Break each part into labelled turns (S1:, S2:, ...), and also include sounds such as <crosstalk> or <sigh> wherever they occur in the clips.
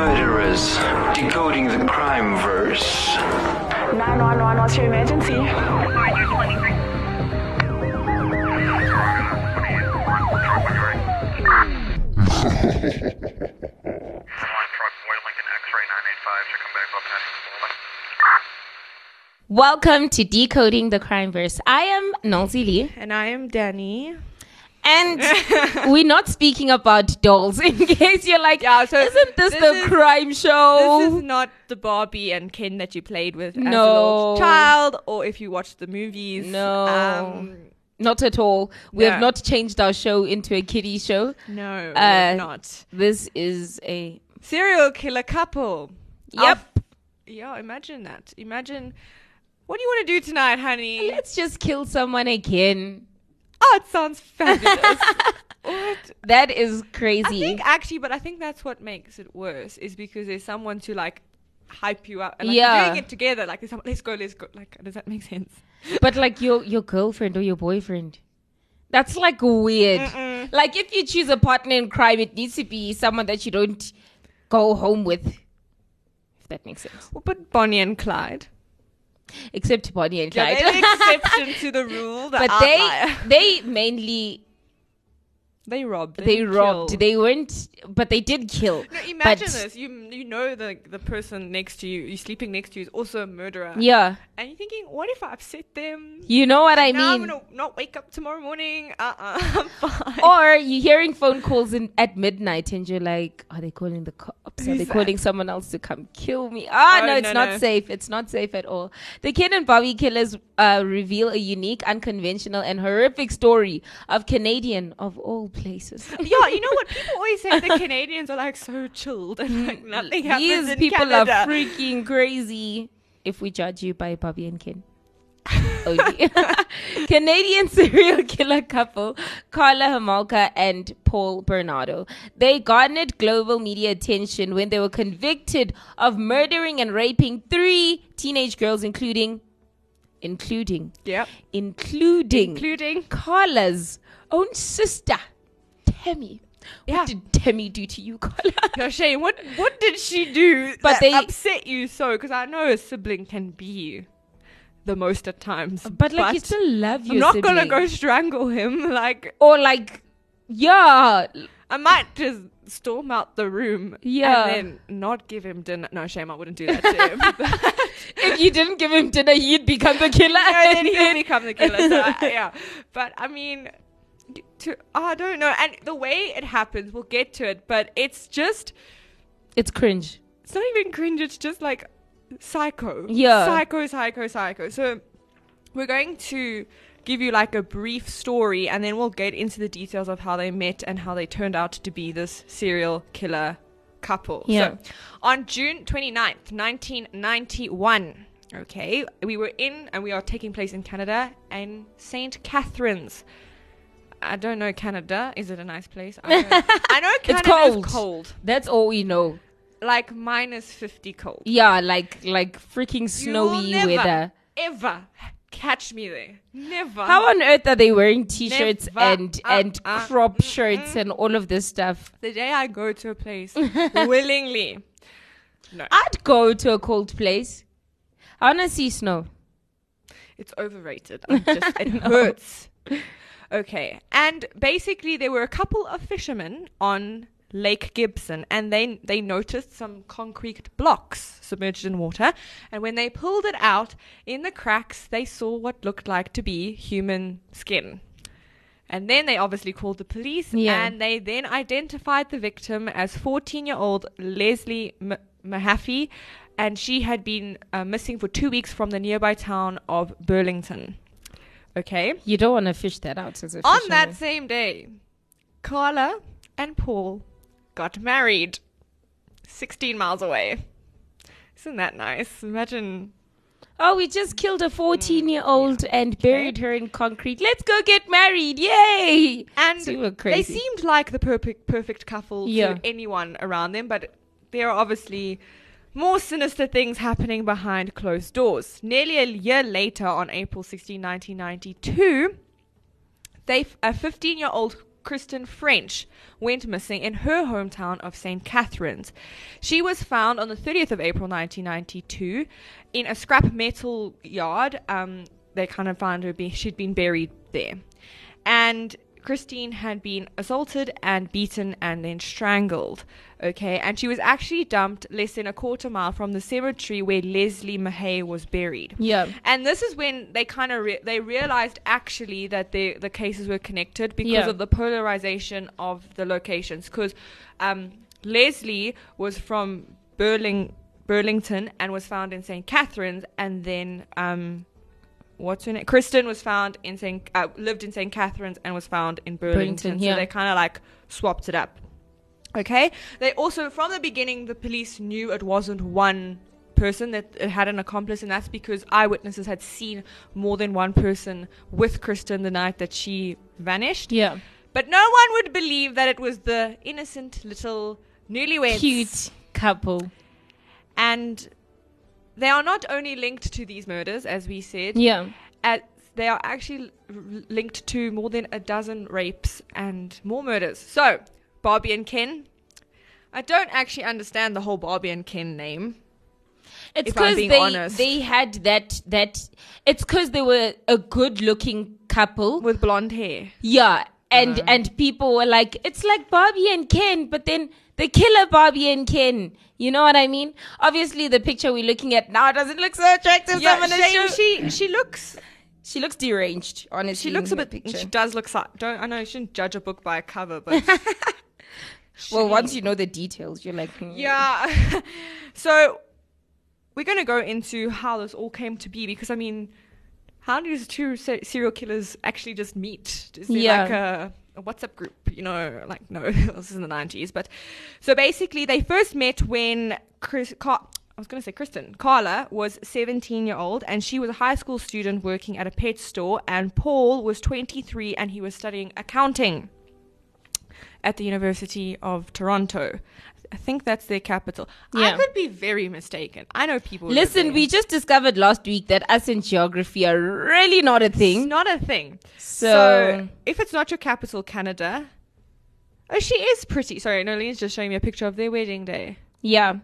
S1: hours decoding the crime verse.
S2: 911, what's your emergency?
S3: Welcome to Decoding the Crime Verse. I am Nolzi Lee,
S4: And I am Danny.
S3: and
S4: <laughs>
S3: we're not speaking about dolls <laughs> in case you're like,
S4: Yeah, so
S3: isn't this,
S4: this
S3: the
S4: is-
S3: crime show?
S4: This is not the Barbie and Ken that you played with as a
S3: Oh. No.
S4: little child, or if you watched the movies.
S3: No.
S4: Um,
S3: not at all. We have
S4: No.
S3: not changed our show into a kiddie show.
S4: no,
S3: Uh,
S4: not.
S3: This is a.
S4: Serial killer couple.
S3: Yep.
S4: I've- yeah, imagine that. Imagine. What do you want to do tonight, honey?
S3: Let's just kill someone again.
S4: Oh, it sounds
S3: <laughs>
S4: fabulous. What?
S3: That is
S4: I
S3: crazy.
S4: think actually, but I think that's what makes it worse is because there's someone to like hype you up and like
S3: Yeah.
S4: you're doing it together. Like, there's someone, let's go, let's go. Like, does that make sense?
S3: but like your your girlfriend or your boyfriend that's like weird
S4: Mm.
S3: like if you choose a partner in crime it needs to be someone that you don't go home with if that makes sense
S4: Well, but Bonnie and Clyde.
S3: except bonnie and
S4: Yeah,
S3: clyde
S4: they're
S3: <laughs>
S4: the exception to the rule. The
S3: but
S4: outlier.
S3: they they mainly
S4: they robbed.
S3: they
S4: didn't
S3: robbed
S4: kill.
S3: they weren't but they did kill
S4: No, imagine
S3: but,
S4: this. You you know the the person next to you, you sleeping next to you, is also a murderer.
S3: yeah
S4: And you're thinking, what if I upset them?
S3: you know what i
S4: now
S3: mean
S4: I'm gonna not wake up tomorrow morning. Uh uh-uh,
S3: <laughs>
S4: uh, i am fine.
S3: or you're hearing phone calls in, at midnight and you're like, are they calling the cops? Are they
S4: Who's that?
S3: calling someone else to come kill me? Ah,
S4: Oh,
S3: no, it's
S4: no,
S3: not
S4: no.
S3: safe. It's not safe at all. The Ken and Bobby killers uh, reveal a unique, unconventional, and horrific story of Canadian, of all places.
S4: yeah, you know what? People
S3: <laughs>
S4: always say the Canadians are like so chilled and like nothing happens
S3: Mm, These
S4: in
S3: people
S4: Canada.
S3: are freaking crazy if we judge you by Bobby and
S4: <laughs>
S3: Ken. Only. <laughs> Canadian serial killer couple Carla Hamolka and Paul Bernardo. They garnered global media attention when they were convicted of murdering and raping three teenage girls, including, including,
S4: Yep.
S3: including,
S4: Including-
S3: Carla's own sister, Tammy.
S4: Yeah.
S3: What did Tammy do to you, Carla?
S4: Now, Shane, what what did she do
S3: But
S4: that
S3: they-
S4: upset you so? Because I know a sibling can be the most at times.
S3: But like you still love your
S4: I'm not gonna
S3: sibling.
S4: go strangle him. <laughs> Like
S3: or like yeah l-
S4: I might just storm out the room.
S3: Yeah.
S4: And then not give him dinner. No, shame. I wouldn't do that to
S3: <laughs>
S4: him.
S3: if you didn't give him dinner he'd become the killer
S4: no,
S3: <laughs>
S4: then he'll become the killer. So I, yeah. But I mean, to, I don't know. And the way it happens, we'll get to it. But it's just,
S3: it's cringe
S4: it's not even cringe. It's just like psycho.
S3: Yeah.
S4: Psycho, psycho, psycho. So we're going to give you like a brief story and then we'll get into the details of how they met and how they turned out to be this serial killer couple.
S3: Yeah.
S4: So on June 29th, 1991, okay, we were in and we are taking place in Canada and St. Catharines. I don't know Canada. Is it a nice place? I,
S3: <laughs>
S4: don't know. I know
S3: It's
S4: Canada
S3: cold.
S4: is cold.
S3: that's all we know
S4: Like minus 50 cold.
S3: yeah like like freaking
S4: You
S3: snowy
S4: will never,
S3: weather
S4: Ever catch me there? Never.
S3: how on earth are they wearing t-shirts
S4: Ah. Never.
S3: and
S4: Uh,
S3: and
S4: uh,
S3: crop shirts and all of this stuff
S4: the day I go to a
S3: <laughs>
S4: place willingly. No,
S3: i'd go to a cold place i want to see snow
S4: it's overrated. I'm just,
S3: <laughs>
S4: it hurts. Okay, and basically there were a couple of fishermen on Lake Gibson, and they they noticed some concrete blocks submerged in water, and when they pulled it out, in the cracks they saw what looked like to be human skin. And then they obviously called the police,
S3: Yeah.
S4: and they then identified the victim as 14 year old Leslie M- Mahaffey, and she had been uh, missing for two weeks from the nearby town of Burlington. Okay.
S3: you don't want to fish that out as a
S4: On
S3: fisherman.
S4: that same day, Carla and Paul got married 16 miles away. Isn't that nice? Imagine.
S3: oh we just killed a 14 year old
S4: Mm.
S3: and buried her in concrete let's go get married yay
S4: And
S3: So you were
S4: they
S3: crazy.
S4: seemed like the perfect perfect couple
S3: Yeah.
S4: to anyone around them, but there are obviously more sinister things happening behind closed doors. Nearly a year later, on April 16, 1992, they, f- a 15 year old Kristen French went missing in her hometown of St. Catharines. She was found on the 30th of April 1992 in a scrap metal yard. Um, they kind of found her, be- she'd been buried there. And Christine had been assaulted and beaten and then strangled. Okay, and she was actually dumped less than a quarter mile from the cemetery where Leslie Mahay was buried.
S3: Yeah.
S4: <laughs> And this is when they kind of re- they realized actually that the the cases were connected because
S3: Yeah.
S4: of the polarization of the locations. Because um, Leslie was from Burling Burlington and was found in St. Catharines, and then um, what's her name? Kristen was found in St. Uh, lived in St. Catharines and was found in Burlington.
S3: Burlington,
S4: so
S3: yeah.
S4: they kind of like swapped it up. Okay. They also, from the beginning, the police knew it wasn't one person that it had an accomplice, and that's because eyewitnesses had seen more than one person with Kristen the night that she vanished.
S3: Yeah.
S4: But no one would believe that it was the innocent little newlyweds.
S3: Cute couple.
S4: And they are not only linked to these murders, as we said,
S3: Yeah.
S4: as they are actually l- l- linked to more than a dozen rapes and more murders. So, Barbie and Ken. I don't actually understand the whole Barbie and Ken name.
S3: It's
S4: If I'm
S3: because
S4: being
S3: they
S4: honest.
S3: they had that that it's because they were a good looking couple.
S4: With blonde hair.
S3: Yeah, and
S4: Uh-huh.
S3: and people were like, it's like Barbie and Ken, but then the killer Barbie and Ken. You know what I mean? Obviously, the picture we're looking at now doesn't look so attractive. so I'm gonna show- she,
S4: she, she she looks
S3: looks deranged. Honestly,
S4: she looks a
S3: in her
S4: bit she does look si- don't I know you shouldn't judge a book by a
S3: <laughs>
S4: cover but
S3: well, once you know the details, you're like, hmm.
S4: Yeah. <laughs> so we're going to go into how this all came to be because I mean, how do these two se- serial killers actually just meet? Is there
S3: Yeah.
S4: like a, a WhatsApp group? You know, like no, <laughs> this is in the nineties. But so basically, they first met when Chris. Car- I was going to say Kristen. Carla was 17 year old and she was a high school student working at a pet store. And Paul was 23 and he was studying accounting at the University of Toronto. I think that's their capital. I
S3: Yeah.
S4: could be very mistaken. I know people. live
S3: Listen,
S4: there.
S3: we just discovered last week that us in geography are really not a
S4: It's
S3: thing.
S4: not a thing. So,
S3: So-
S4: if it's not your capital, Canada. Oh, she is pretty. Sorry, no, Lean's just showing me a picture of their wedding day.
S3: Yeah,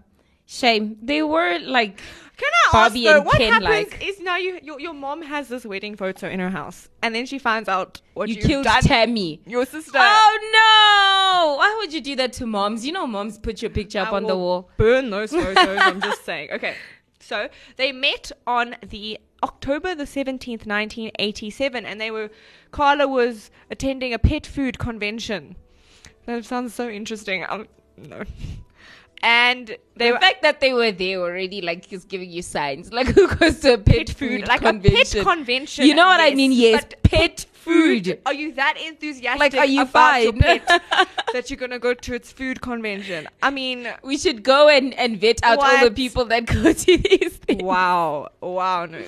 S3: shame. They were like,
S4: Can I
S3: Barbie
S4: ask though,
S3: and
S4: what
S3: Ken,
S4: happens
S3: like-
S4: is now you, your your mom has this wedding photo in her house, and then she finds out what
S3: you
S4: you
S3: killed
S4: done.
S3: Tammy.
S4: your sister.
S3: Oh no! Why would you do that to moms? You know, moms put your picture up
S4: I
S3: on the
S4: will
S3: wall.
S4: Burn those photos. I'm
S3: <laughs>
S4: just saying. Okay, so they met on the October the seventeenth, nineteen eighty-seven, and they were Carla was attending a pet food convention. That sounds so interesting. Um, no, and they
S3: The
S4: were
S3: fact that they were there already, like, is giving you signs. <laughs> Like, who goes to a pet,
S4: pet food,
S3: food,
S4: like
S3: convention?
S4: a pet convention.
S3: You know what I
S4: yes,
S3: mean? Yes,
S4: but
S3: pet food.
S4: Are you that enthusiastic
S3: Like, are you
S4: about your
S3: fine?
S4: pet
S3: <laughs>
S4: that you're gonna go to its food convention? I mean,
S3: We should go and, and vet out all
S4: What?
S3: the people that <laughs> go to these things.
S4: wow, wow, no.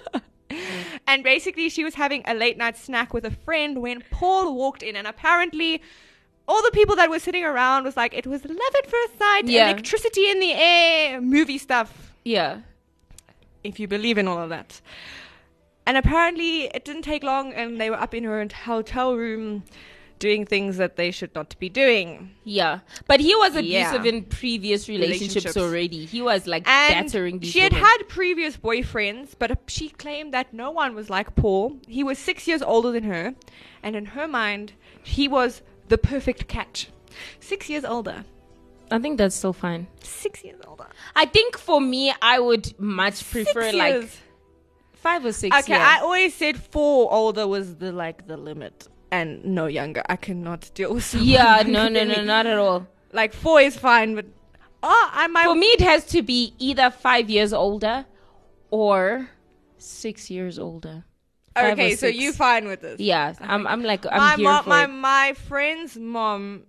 S4: <laughs> and basically, she was having a late night snack with a friend when Paul walked in, and apparently. All the people that were sitting around was like, it was love at first sight,
S3: Yeah.
S4: electricity in the air, movie stuff.
S3: Yeah.
S4: if you believe in all of that. And apparently, it didn't take long, and they were up in her hotel room doing things that they should not be doing.
S3: Yeah. But he was
S4: Yeah.
S3: abusive in previous relationships,
S4: Relationships.
S3: already. He was, like,
S4: And
S3: battering these
S4: she had
S3: women.
S4: had previous boyfriends, but she claimed that no one was like Paul. He was six years older than her, and in her mind, he was the perfect catch. Six years older.
S3: I think that's still fine.
S4: Six years older.
S3: I think for me, I would much prefer,
S4: Six
S3: like,
S4: years.
S3: five or six
S4: Okay,
S3: years.
S4: I always said four older was the like the limit, and no younger. I cannot deal with. someone
S3: yeah,
S4: <laughs> younger
S3: no, no,
S4: than
S3: no,
S4: me.
S3: not at all.
S4: Like four is fine, but oh, I might.
S3: For me, it has to be either five years older or six years older. five
S4: okay,
S3: or
S4: so
S3: six.
S4: you fine with this?
S3: Yeah, I'm, I'm like, I'm
S4: my
S3: here
S4: mom,
S3: for
S4: my
S3: it.
S4: my friend's mom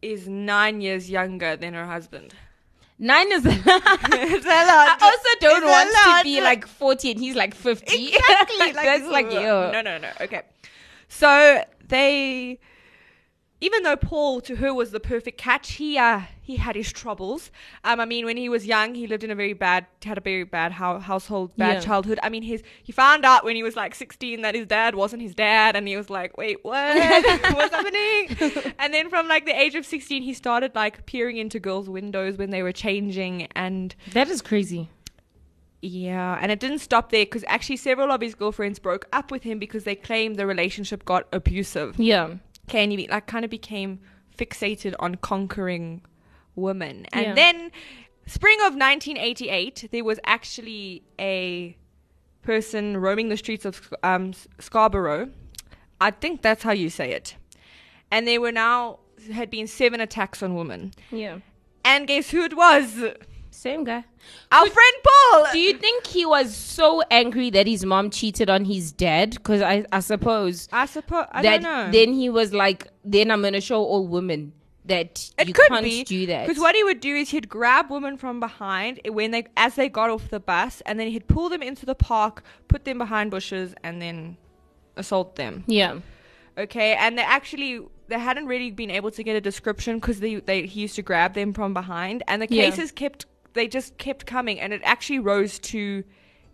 S4: is nine years younger than her husband.
S3: Nine is.
S4: <laughs> It's a
S3: <laughs> I
S4: lot.
S3: also don't
S4: It's a
S3: want to
S4: lot.
S3: be like 40 and he's like 50. <laughs>
S4: exactly.
S3: That's like,
S4: ugh.
S3: yo.
S4: no, no, no. Okay, so they even though Paul to her was the perfect catch, he uh, he had his troubles. Um, I mean, when he was young, he lived in a very bad, had a very bad hou- household, bad
S3: Yeah.
S4: childhood. I mean, his he found out when he was like sixteen that his dad wasn't his dad, and he was like, "Wait, what? <laughs> What's happening?" And then from like the age of sixteen, he started like peering into girls' windows when they were changing, and
S3: That is crazy.
S4: yeah, and it didn't stop there because actually several of his girlfriends broke up with him because they claimed the relationship got abusive.
S3: Yeah.
S4: Okay, and he be- like kind of became fixated on conquering women. And
S3: Yeah.
S4: then spring of 1988, there was actually a person roaming the streets of Sc- um, S- Scarborough. I think that's how you say it. And there were now had been seven attacks on women.
S3: Yeah.
S4: And guess who it was?
S3: Same guy.
S4: Our friend Paul.
S3: Do you think he was so angry that his mom cheated on his dad? Because I, I suppose
S4: I suppose I
S3: that
S4: don't know.
S3: then he was like, then I'm gonna show all women that
S4: It
S3: you
S4: could
S3: can't
S4: be
S3: do that.
S4: because what he would do is he'd grab women from behind when they as they got off the bus, and then he'd pull them into the park, put them behind bushes, and then assault them.
S3: Yeah.
S4: Okay, and they actually they hadn't really been able to get a description because they, they he used to grab them from behind, and the
S3: Yeah.
S4: cases kept they just kept coming, and it actually rose to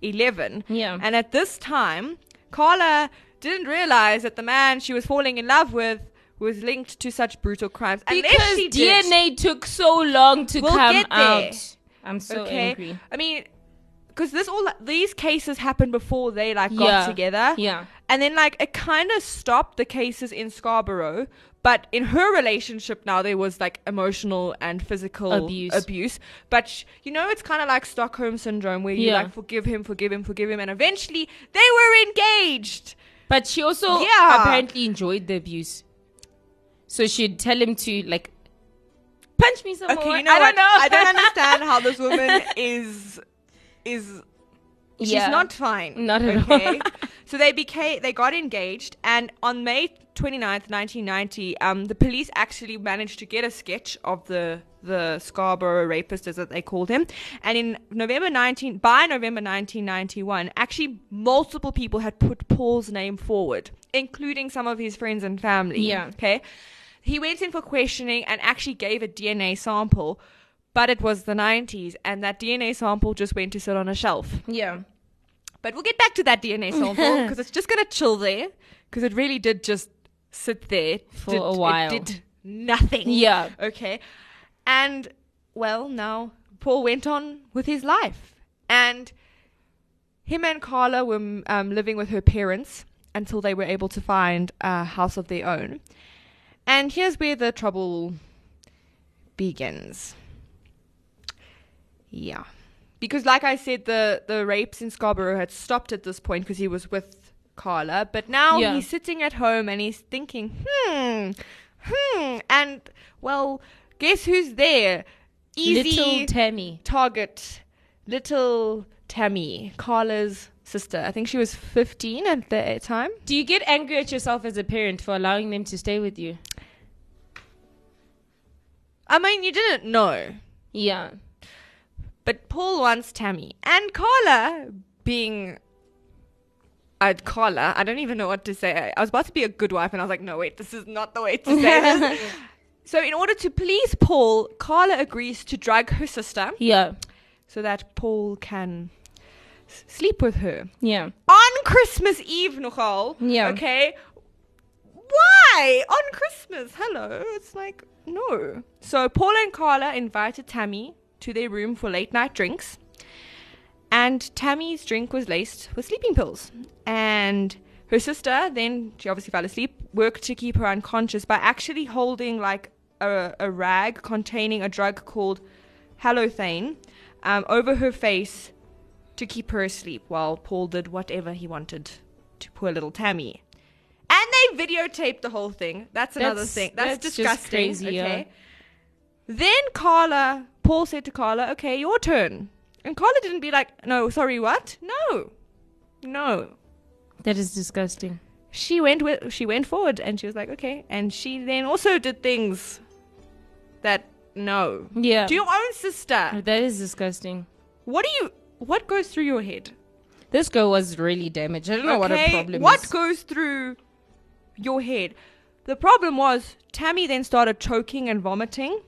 S4: eleven.
S3: Yeah.
S4: and at this time, Carla didn't realize that the man she was falling in love with was linked to such brutal crimes unless
S3: Because
S4: she did.
S3: DNA took so long to
S4: We'll
S3: come
S4: get there.
S3: out. I'm so angry.
S4: I mean, because this all these cases happened before they like got
S3: Yeah.
S4: together.
S3: Yeah.
S4: And then like it kind of stopped the cases in Scarborough, but in her relationship now there was like emotional and physical
S3: Abuse.
S4: Abuse. But sh- you know it's kind of like Stockholm syndrome where you
S3: Yeah.
S4: like forgive him, forgive him, forgive him, and eventually they were engaged.
S3: But she also
S4: Yeah.
S3: apparently enjoyed the abuse. So she'd tell him to like punch me some
S4: Okay,
S3: more.
S4: you know
S3: I
S4: what?
S3: don't know.
S4: I don't understand how this woman is is She's
S3: Yeah.
S4: not fine.
S3: Not at all. <laughs>
S4: so they became they got engaged and on May 29th, 1990, um, the police actually managed to get a sketch of the the Scarborough rapist as that they called him. And in November 19 by November 1991, actually multiple people had put Paul's name forward, including some of his friends and family.
S3: Yeah.
S4: Okay. He went in for questioning and actually gave a DNA sample, but it was the 90s and that DNA sample just went to sit on a shelf.
S3: <laughs> Yeah.
S4: But we'll get back to that DNA
S3: <laughs>
S4: sample because it's just going to chill there because it really did just sit there
S3: For
S4: Did-
S3: a while.
S4: It did nothing.
S3: Yeah.
S4: Okay. And well, now Paul went on with his life. And him and Carla were um, living with her parents until they were able to find a house of their own. And here's where the trouble begins. Yeah. Because like I said, the, the rapes in Scarborough had stopped at this point because he was with Carla. But now
S3: Yeah.
S4: he's sitting at home and he's thinking, hmm, hmm. And, well, guess who's there? Easy
S3: Little Tammy.
S4: target little Tammy, Carla's sister. I think she was 15 at the time.
S3: Do you get angry at yourself as a parent for allowing them to stay with you?
S4: I mean, you didn't know.
S3: Yeah.
S4: But Paul wants Tammy. And Carla, being. i Carla, I don't even know what to say. I, I was about to be a good wife, and I was like, no, wait, this is not the way to say this. So, in order to please Paul, Carla agrees to drug her sister
S3: Yeah.
S4: so that Paul can s- sleep with her.
S3: Yeah.
S4: On Christmas Eve, nogal.
S3: Yeah.
S4: Okay. Why? On Christmas. Hello. It's like, no. So Paul and Carla invited Tammy to their room for late night drinks. And Tammy's drink was laced with sleeping pills. And her sister, then she obviously fell asleep, worked to keep her unconscious by actually holding like a, a rag containing a drug called halothane um, over her face to keep her asleep while Paul did whatever he wanted to poor little Tammy. And they videotaped the whole thing. That's another
S3: That's-
S4: thing. That's,
S3: that's just
S4: disgusting.
S3: crazy, yeah.
S4: okay. Then Carla, Paul said to Carla, okay, your turn. And Carla didn't be like, no, sorry, what? No. No.
S3: That is disgusting.
S4: She went with, she went forward and she was like, okay. And she then also did things that no.
S3: Yeah.
S4: To your own sister.
S3: that is disgusting.
S4: What do you what goes through your head?
S3: This girl was really damaged. I don't know what her
S4: Okay,
S3: problem is.
S4: what goes through your head? The problem was Tammy then started choking and vomiting.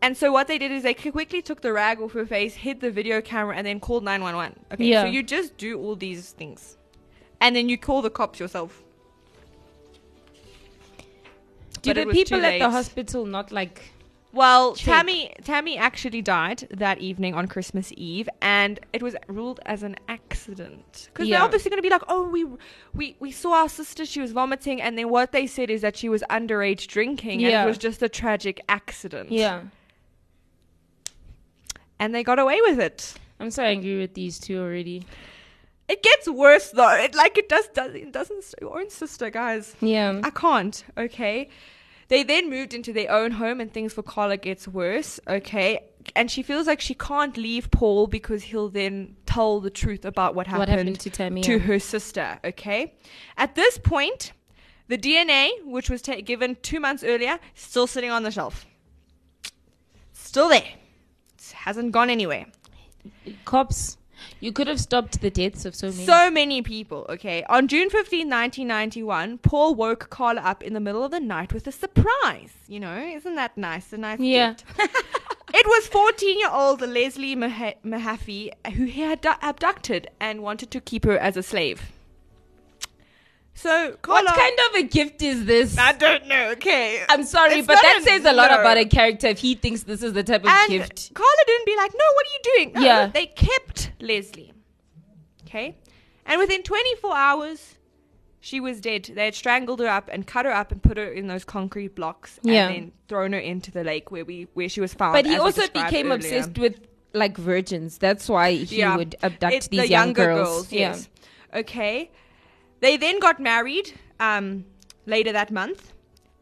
S4: And so what they did is they quickly took the rag off her face, hid the video camera, and then called 911. Okay,
S3: Yeah.
S4: so you just do all these things. And then you call the cops yourself.
S3: Do
S4: But it
S3: the
S4: was too
S3: people at the
S4: late.
S3: hospital not like
S4: Well,
S3: Check.
S4: Tammy Tammy actually died that evening on Christmas Eve, and it was ruled as an accident because
S3: Yeah.
S4: they're obviously going to be like, "Oh, we we we saw our sister; she was vomiting," and then what they said is that she was underage drinking, and
S3: Yeah.
S4: it was just a tragic accident.
S3: yeah?
S4: and they got away with it.
S3: I'm so angry with these two already.
S4: It gets worse though. It like it does does it doesn't s- your own sister, guys.
S3: Yeah.
S4: I can't. Okay. They then moved into their own home, and things for Carla gets worse. Okay, and she feels like she can't leave Paul because he'll then tell the truth about what happened,
S3: What happened to Tammy,
S4: to
S3: yeah.
S4: her sister. Okay, at this point, the DNA, which was ta- given two months earlier, still sitting on the shelf, still there, It hasn't gone anywhere.
S3: Cops, you could have stopped the deaths of so many.
S4: So many people, okay. On June 15, 1991, Paul woke Carla up in the middle of the night with a surprise. You know, isn't that nice? A nice
S3: Yeah.
S4: gift. <laughs> it was 14 year old Leslie Maha- Mahaffey who he had du- abducted and wanted to keep her as a slave. So, Carla.
S3: what kind of a gift is this?
S4: I don't know, okay.
S3: I'm sorry,
S4: It's
S3: but
S4: not
S3: that
S4: a
S3: says a lot
S4: no.
S3: about a character if he thinks this is the type of
S4: and
S3: gift.
S4: Carla didn't be like, no, what are you doing? No,
S3: Yeah.
S4: They kept Leslie. Okay. And within 24 hours, she was dead. They had strangled her up and cut her up and put her in those concrete blocks
S3: Yeah.
S4: and then thrown her into the lake where we where she was found.
S3: But he
S4: as I
S3: also
S4: described
S3: became
S4: earlier.
S3: obsessed with like virgins. That's why he
S4: Yeah.
S3: would abduct
S4: It's
S3: these
S4: the
S3: young
S4: younger
S3: girls.
S4: yes. Okay. They then got married um, later that month,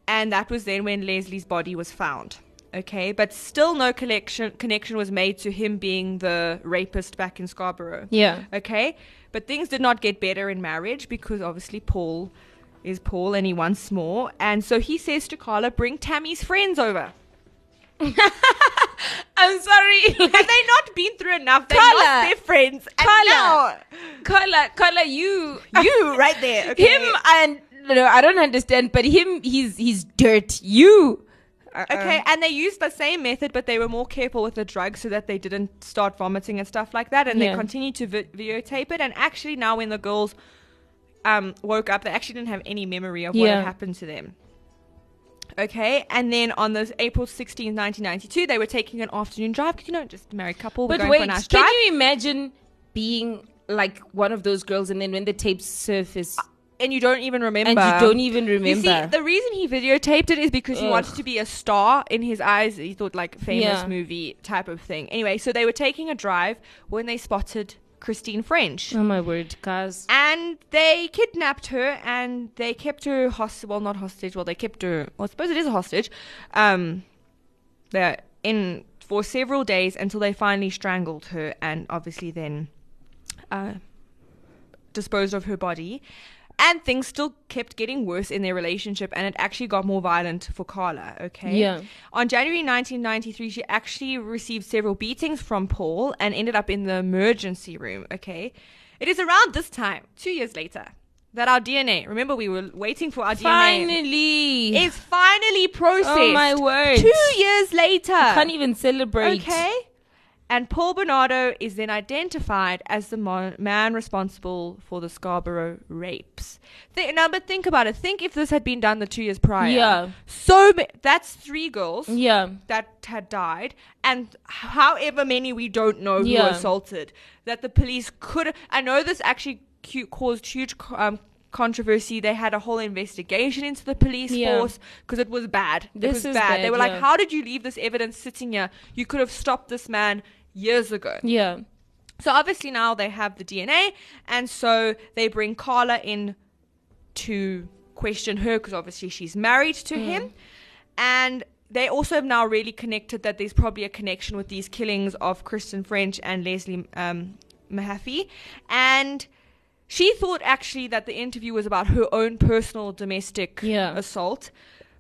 S4: and that was then when Leslie's body was found. Okay, but still no connection connection was made to him being the rapist back in Scarborough.
S3: Yeah.
S4: Okay, but things did not get better in marriage because obviously Paul is Paul and he wants more, and so he says to Carla, "Bring Tammy's friends over."
S3: I'm sorry.
S4: <laughs> Have they not been through enough? They
S3: Carla.
S4: lost their friends, and
S3: Carla.
S4: now
S3: Carla, Carla, <laughs> you,
S4: you right there. <laughs> Okay?
S3: him, and no, I don't understand. But him, he's he's dirt. You, uh-uh.
S4: Okay, and they used the same method, but they were more careful with the drugs so that they didn't start vomiting and stuff like that. And
S3: Yeah.
S4: they continued to vi- videotape it. And actually, now when the girls um, woke up, they actually didn't have any memory of what
S3: Yeah.
S4: had happened to them. Okay, and then on this April 16, 1992, they were taking an afternoon drive because you know, just a married couple. we're
S3: but
S4: going
S3: wait,
S4: for a nice
S3: can
S4: drive.
S3: you imagine being like one of those girls, and then when the tapes surface,
S4: and you don't even remember.
S3: and you don't even remember?
S4: You see, the reason he videotaped it is because he
S3: Ugh.
S4: wanted to be a star in his eyes. He thought like famous
S3: Yeah.
S4: movie type of thing. Anyway, so they were taking a drive when they spotted Christine French.
S3: oh my word, guys!
S4: And they kidnapped her and they kept her hostage. Well, not hostage. Well, they kept her. Well, I suppose it is a hostage. Um, they're in for several days until they finally strangled her and obviously then uh, disposed of her body. And things still kept getting worse in their relationship, and it actually got more violent for Carla. Okay.
S3: Yeah.
S4: On January 1993, she actually received several beatings from Paul and ended up in the emergency room. Okay. It is around this time, two years later, that our DNA. Remember, we were waiting for our DNA.
S3: Finally,
S4: Is finally processed.
S3: oh my word!
S4: Two years later.
S3: Can't even celebrate.
S4: Okay. And Paul Bernardo is then identified as the mon- man responsible for the Scarborough rapes. Th- now, but think about it. Think if this had been done the two years prior.
S3: Yeah.
S4: So ma- that's three girls
S3: Yeah.
S4: that had died, and however many we don't know who
S3: Yeah.
S4: were assaulted, that the police could. I know this actually cu- caused huge co- um, controversy. They had a whole investigation into the police
S3: Yeah.
S4: force because it was bad.
S3: This
S4: it was
S3: is
S4: bad. They
S3: bad,
S4: were like,
S3: yeah.
S4: "How did you leave this evidence sitting here? You could have stopped this man." Years ago.
S3: Yeah.
S4: So obviously now they have the DNA, and so they bring Carla in to question her because obviously she's married to him, and they also have now really connected that there's probably a connection with these killings of Kristen French and Leslie um, Mahaffey, and. She thought actually that the interview was about her own personal domestic
S3: Yeah.
S4: assault.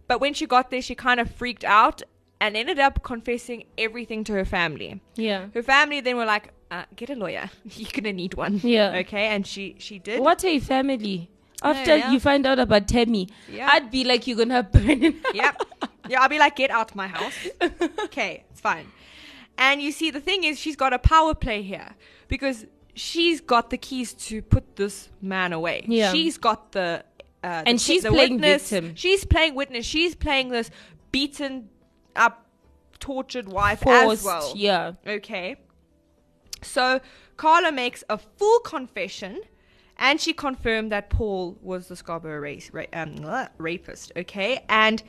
S4: But when she got there, she kind of freaked out and ended up confessing everything to her family.
S3: Yeah.
S4: Her family then were <laughs> like, uh, "Get a lawyer. You're gonna need one."
S3: Yeah.
S4: Okay, and she she did.
S3: What a family. After
S4: yeah.
S3: you find out about Temi,
S4: Yeah.
S3: I'd be like, you're gonna burn it.
S4: Yep. Yeah, I'll
S3: <laughs>
S4: be like, get out my house. Okay, it's fine. And you see, the thing is, she's got a power play here because she's got the keys to put this man away.
S3: Yeah.
S4: She's got the. Uh, the
S3: And
S4: ki-
S3: she's
S4: the
S3: playing
S4: witness.
S3: victim.
S4: She's playing witness. She's playing this beaten up, tortured wife as
S3: Forced,
S4: well.
S3: yeah.
S4: Okay. So Carla makes a full confession, and she confirmed that Paul was the Scarborough race, ra- um, bleh, rapist. Okay, and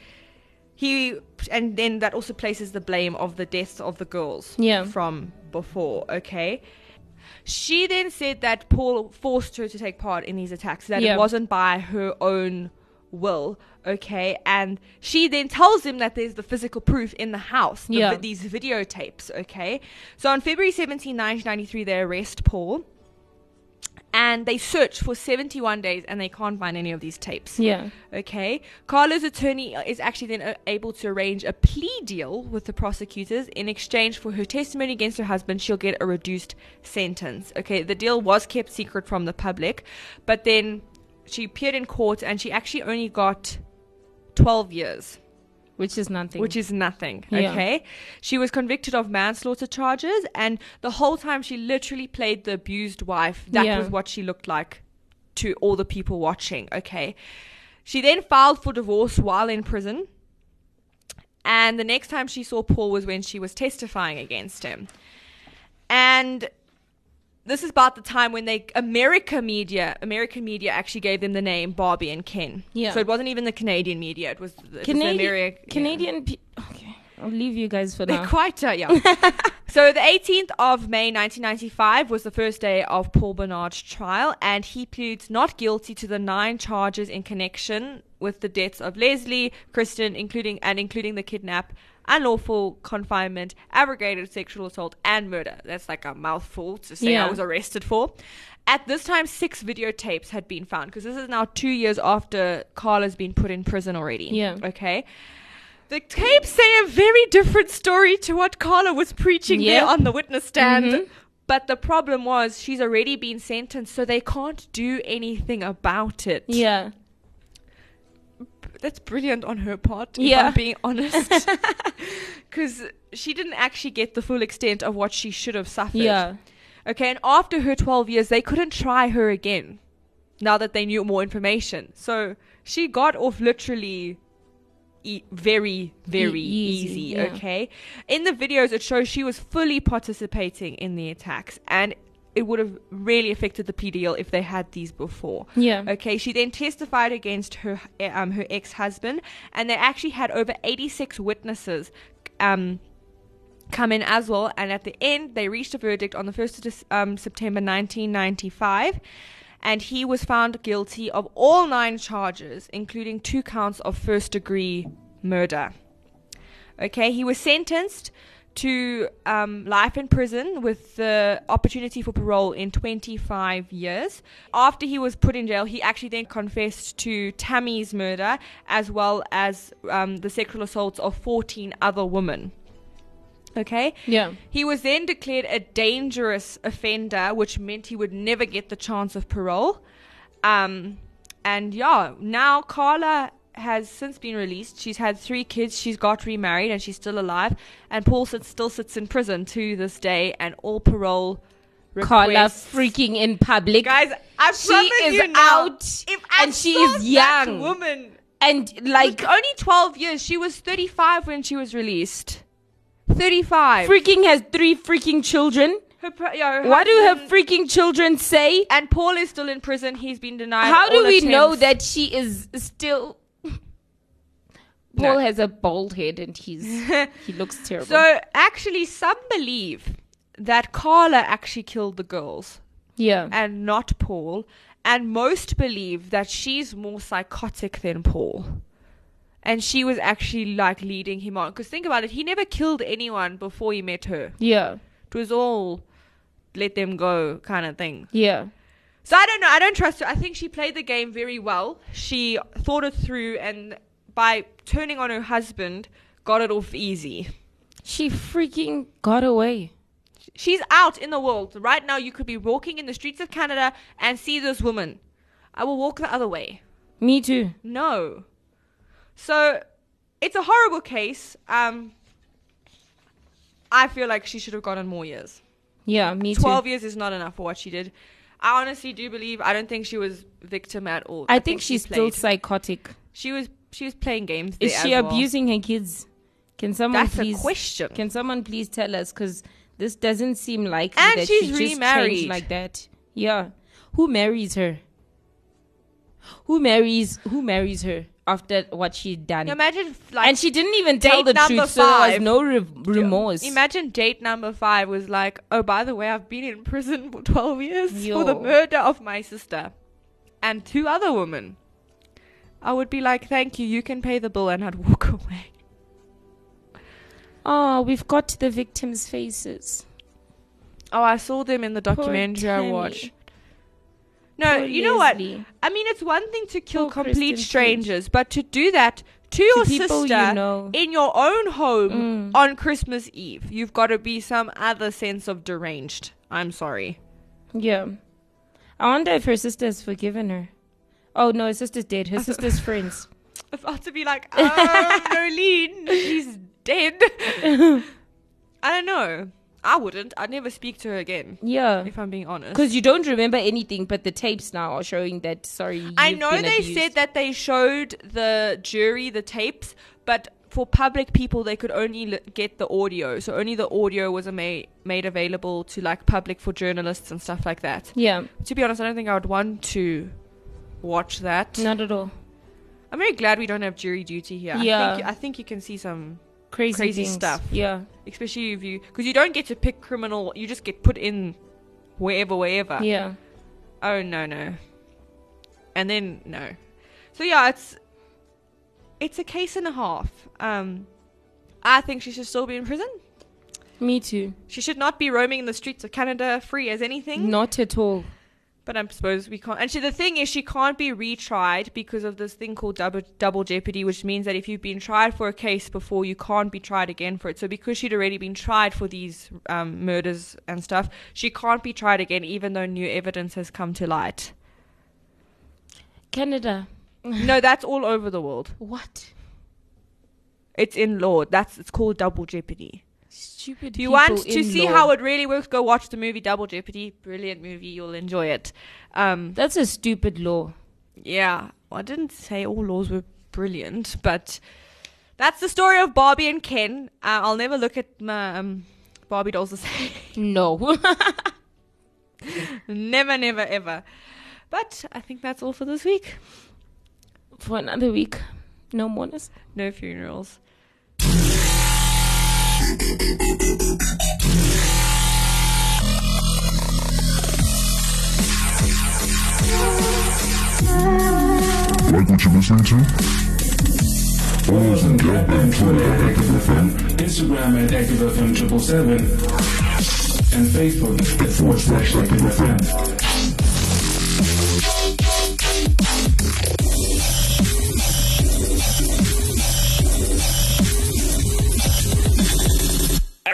S4: he, and then that also places the blame of the deaths of the girls
S3: Yeah.
S4: from before. Okay. She then said that Paul forced her to take part in these attacks, that
S3: Yeah.
S4: it wasn't by her own will, okay? And she then tells him that there's the physical proof in the house, the,
S3: Yeah.
S4: vi- these videotapes, okay? So on February 17, 1993, they arrest Paul and they search for 71 days and they can't find any of these tapes.
S3: Yeah.
S4: Okay. Carla's attorney is actually then uh, able to arrange a plea deal with the prosecutors in exchange for her testimony against her husband. She'll get a reduced sentence. Okay. The deal was kept secret from the public, but then she appeared in court and she actually only got 12 years
S3: Which is nothing.
S4: which is nothing.
S3: Yeah.
S4: Okay. She was convicted of manslaughter charges, and the whole time she literally played the abused wife. That
S3: Yeah.
S4: was what she looked like to all the people watching. Okay. She then filed for divorce while in prison. And the next time she saw Paul was when she was testifying against him. And this is about the time when they America media, American media actually gave them the name Barbie and Ken.
S3: Yeah.
S4: So it wasn't even the Canadian media; it was, it was
S3: Canadian.
S4: the American
S3: Canadian. Pe- okay, I'll leave you guys for
S4: they're
S3: now.
S4: quite uh, young.
S3: <laughs>
S4: so the 18th of May 1995 was the first day of Paul Bernard's trial, and he pleads not guilty to the nine charges in connection with the deaths of Leslie, Kristen, including and including the kidnap, unlawful confinement, aggravated sexual assault, and murder. That's like a mouthful to say
S3: Yeah.
S4: I was arrested for. At this time, six videotapes had been found because this is now two years after Carla's been put in prison already.
S3: Yeah.
S4: Okay. The tapes say a very different story to what Carla was preaching there
S3: Yep.
S4: on the witness stand.
S3: Mm-hmm.
S4: But the problem was she's already been sentenced, so they can't do anything about it.
S3: yeah,
S4: That's brilliant on her part, if
S3: Yeah. <laughs>
S4: I'm being honest. Because she didn't actually get the full extent of what she should have suffered.
S3: yeah,
S4: Okay, and after her 12 years, they couldn't try her again now that they knew more information. So she got off literally e- very, very
S3: E-, easy,
S4: easy.
S3: yeah.
S4: Okay, in the videos, it shows she was fully participating in the attacks and. It would have really affected the plea deal if they had these before.
S3: Yeah.
S4: Okay. She then testified against her eh, um, her ex husband, and they actually had over eighty six witnesses um, come in as well. And at the end, they reached a verdict on the 1st of Dec- um, September 1995. And he was found guilty of all nine charges, including two counts of first degree murder. Okay, he was sentenced to um, life in prison with the opportunity for parole in 25 years. After he was put in jail, he actually then confessed to Tammy's murder as well as um, the sexual assaults of 14 other women. Okay?
S3: yeah.
S4: He was then declared a dangerous offender, which meant he would never get the chance of parole. Um, and yeah, now Carla has since been released. She's had three kids. She's got remarried, and she's still alive. And Paul sits, still sits in prison to this day, and all parole
S3: Carla
S4: requests.
S3: freaking in public,
S4: guys. I
S3: She
S4: promise
S3: is
S4: you now,
S3: out,
S4: if I
S3: and she
S4: saw
S3: is
S4: that
S3: young.
S4: woman.
S3: and
S4: Like
S3: like
S4: only twelve years. She was thirty-five when she was released. Thirty-five.
S3: freaking has three freaking children.
S4: Her pr- yeah, her
S3: What do her
S4: husband-
S3: freaking children say?
S4: And Paul is still in prison. He's been denied.
S3: How do
S4: all
S3: we know
S4: attempts.
S3: that she is
S4: <laughs>
S3: still? Paul has a bald head and
S4: <laughs>
S3: he's he looks terrible.
S4: So actually, some believe that Carla actually killed the girls
S3: yeah,
S4: and not Paul, and most believe that she's more psychotic than Paul. And she was actually like leading him on. Because think about it, he never killed anyone before he met her.
S3: yeah,
S4: It was all let them go kind of thing.
S3: yeah,
S4: So I don't know. I don't trust her. I think she played the game very well. She thought it through and by turning on her husband, got it off easy.
S3: she freaking got away.
S4: She's out in the world. Right now, you could be walking in the streets of Canada and see this woman. I will walk the other way.
S3: Me too.
S4: No. So it's a horrible case. Um, I feel like she should have gotten more years.
S3: Yeah, me
S4: 12
S3: too.
S4: years is not enough for what she did. I honestly do believe I don't think she was victim at all.
S3: I think
S4: she
S3: she's still
S4: played.
S3: psychotic.
S4: she was she was playing games.
S3: Is
S4: there
S3: she
S4: as well.
S3: abusing her kids? Can someone
S4: That's
S3: please
S4: a question.
S3: Can someone please tell us? Because this doesn't seem likely
S4: And
S3: that
S4: she's
S3: she just changed
S4: remarried.
S3: like that. Yeah, who marries her? Who marries? Who marries her after what she done?
S4: Now imagine f- like
S3: and she didn't even tell
S4: date
S3: the truth,
S4: number
S3: so there was
S4: five.
S3: no re- remorse.
S4: Imagine date number five was like, oh, by the way, I've been in prison for 12 years for the
S3: Yo.
S4: murder of my sister and two other women. I would be like, thank you, you can pay the bill, and I'd walk <laughs> away.
S3: oh, we've got the victims' faces.
S4: Oh, I saw them in the documentary I
S3: Tammy.
S4: watched. No,
S3: Poor
S4: you know
S3: Leslie.
S4: what? I mean, it's one thing to kill
S3: Poor Kristen
S4: complete
S3: Stewart.
S4: strangers, but to do that to, your
S3: people you
S4: sister
S3: know. Mm.
S4: in your own home on Christmas Eve, you've got to be some other sense of deranged. I'm sorry.
S3: Yeah, I wonder if her sister's forgiven her. Oh no, her sister's dead.
S4: <laughs>
S3: Her sister's friends.
S4: about to be <laughs> like, oh, Nolene, she's
S3: <laughs>
S4: dead. <laughs> I don't know. I wouldn't. I'd never speak to her again,
S3: Yeah.
S4: if I'm being honest.
S3: Because you don't remember anything, but the tapes now are showing that. Sorry,
S4: I
S3: you've
S4: know
S3: been
S4: they
S3: abused.
S4: said that they showed the jury the tapes, but for public people, they could only l- get the audio. So only the audio was ama- made available to like public for journalists and stuff like that.
S3: Yeah,
S4: To be honest, I don't think I would want to watch that.
S3: not at all.
S4: I'm very glad we don't have jury duty here. I
S3: Yeah.
S4: think, I think you can see some
S3: Crazy,
S4: Crazy
S3: things.
S4: stuff.
S3: Yeah,
S4: especially if you because you don't get to pick criminal you just get put in wherever wherever
S3: yeah.
S4: oh no no and then no so yeah it's it's a case and a half um i think she should still be in prison
S3: Me too.
S4: she should not be roaming in the streets of canada free as anything
S3: Not at all.
S4: but i suppose we can't and she, the thing is she can't be retried because of this thing called double, double jeopardy which means that if you've been tried for a case before you can't be tried again for it so because she'd already been tried for these um, murders and stuff she can't be tried again even though new evidence has come to light
S3: Canada.
S4: no that's all over the world
S3: What?
S4: it's in law that's it's called double jeopardy
S3: Stupid.
S4: If you
S3: people
S4: want to
S3: in
S4: see
S3: law.
S4: how it really works go watch the movie double jeopardy brilliant movie you'll enjoy it um,
S3: That's a stupid law.
S4: Yeah, well, I didn't say all laws were brilliant, but that's the story of Barbie and Ken. Uh, I'll never look at my um, Barbie dolls the <laughs> same.
S3: No.
S4: never, never, ever. But I think that's all for this week.
S3: <laughs> For another week, no <laughs> mourners.
S4: No funerals.
S5: Like what you're listening to? Follow us on Yelp and Twitter at Active FM
S6: Instagram at Active FM triple seven, and Facebook at
S5: forward slash Active FM.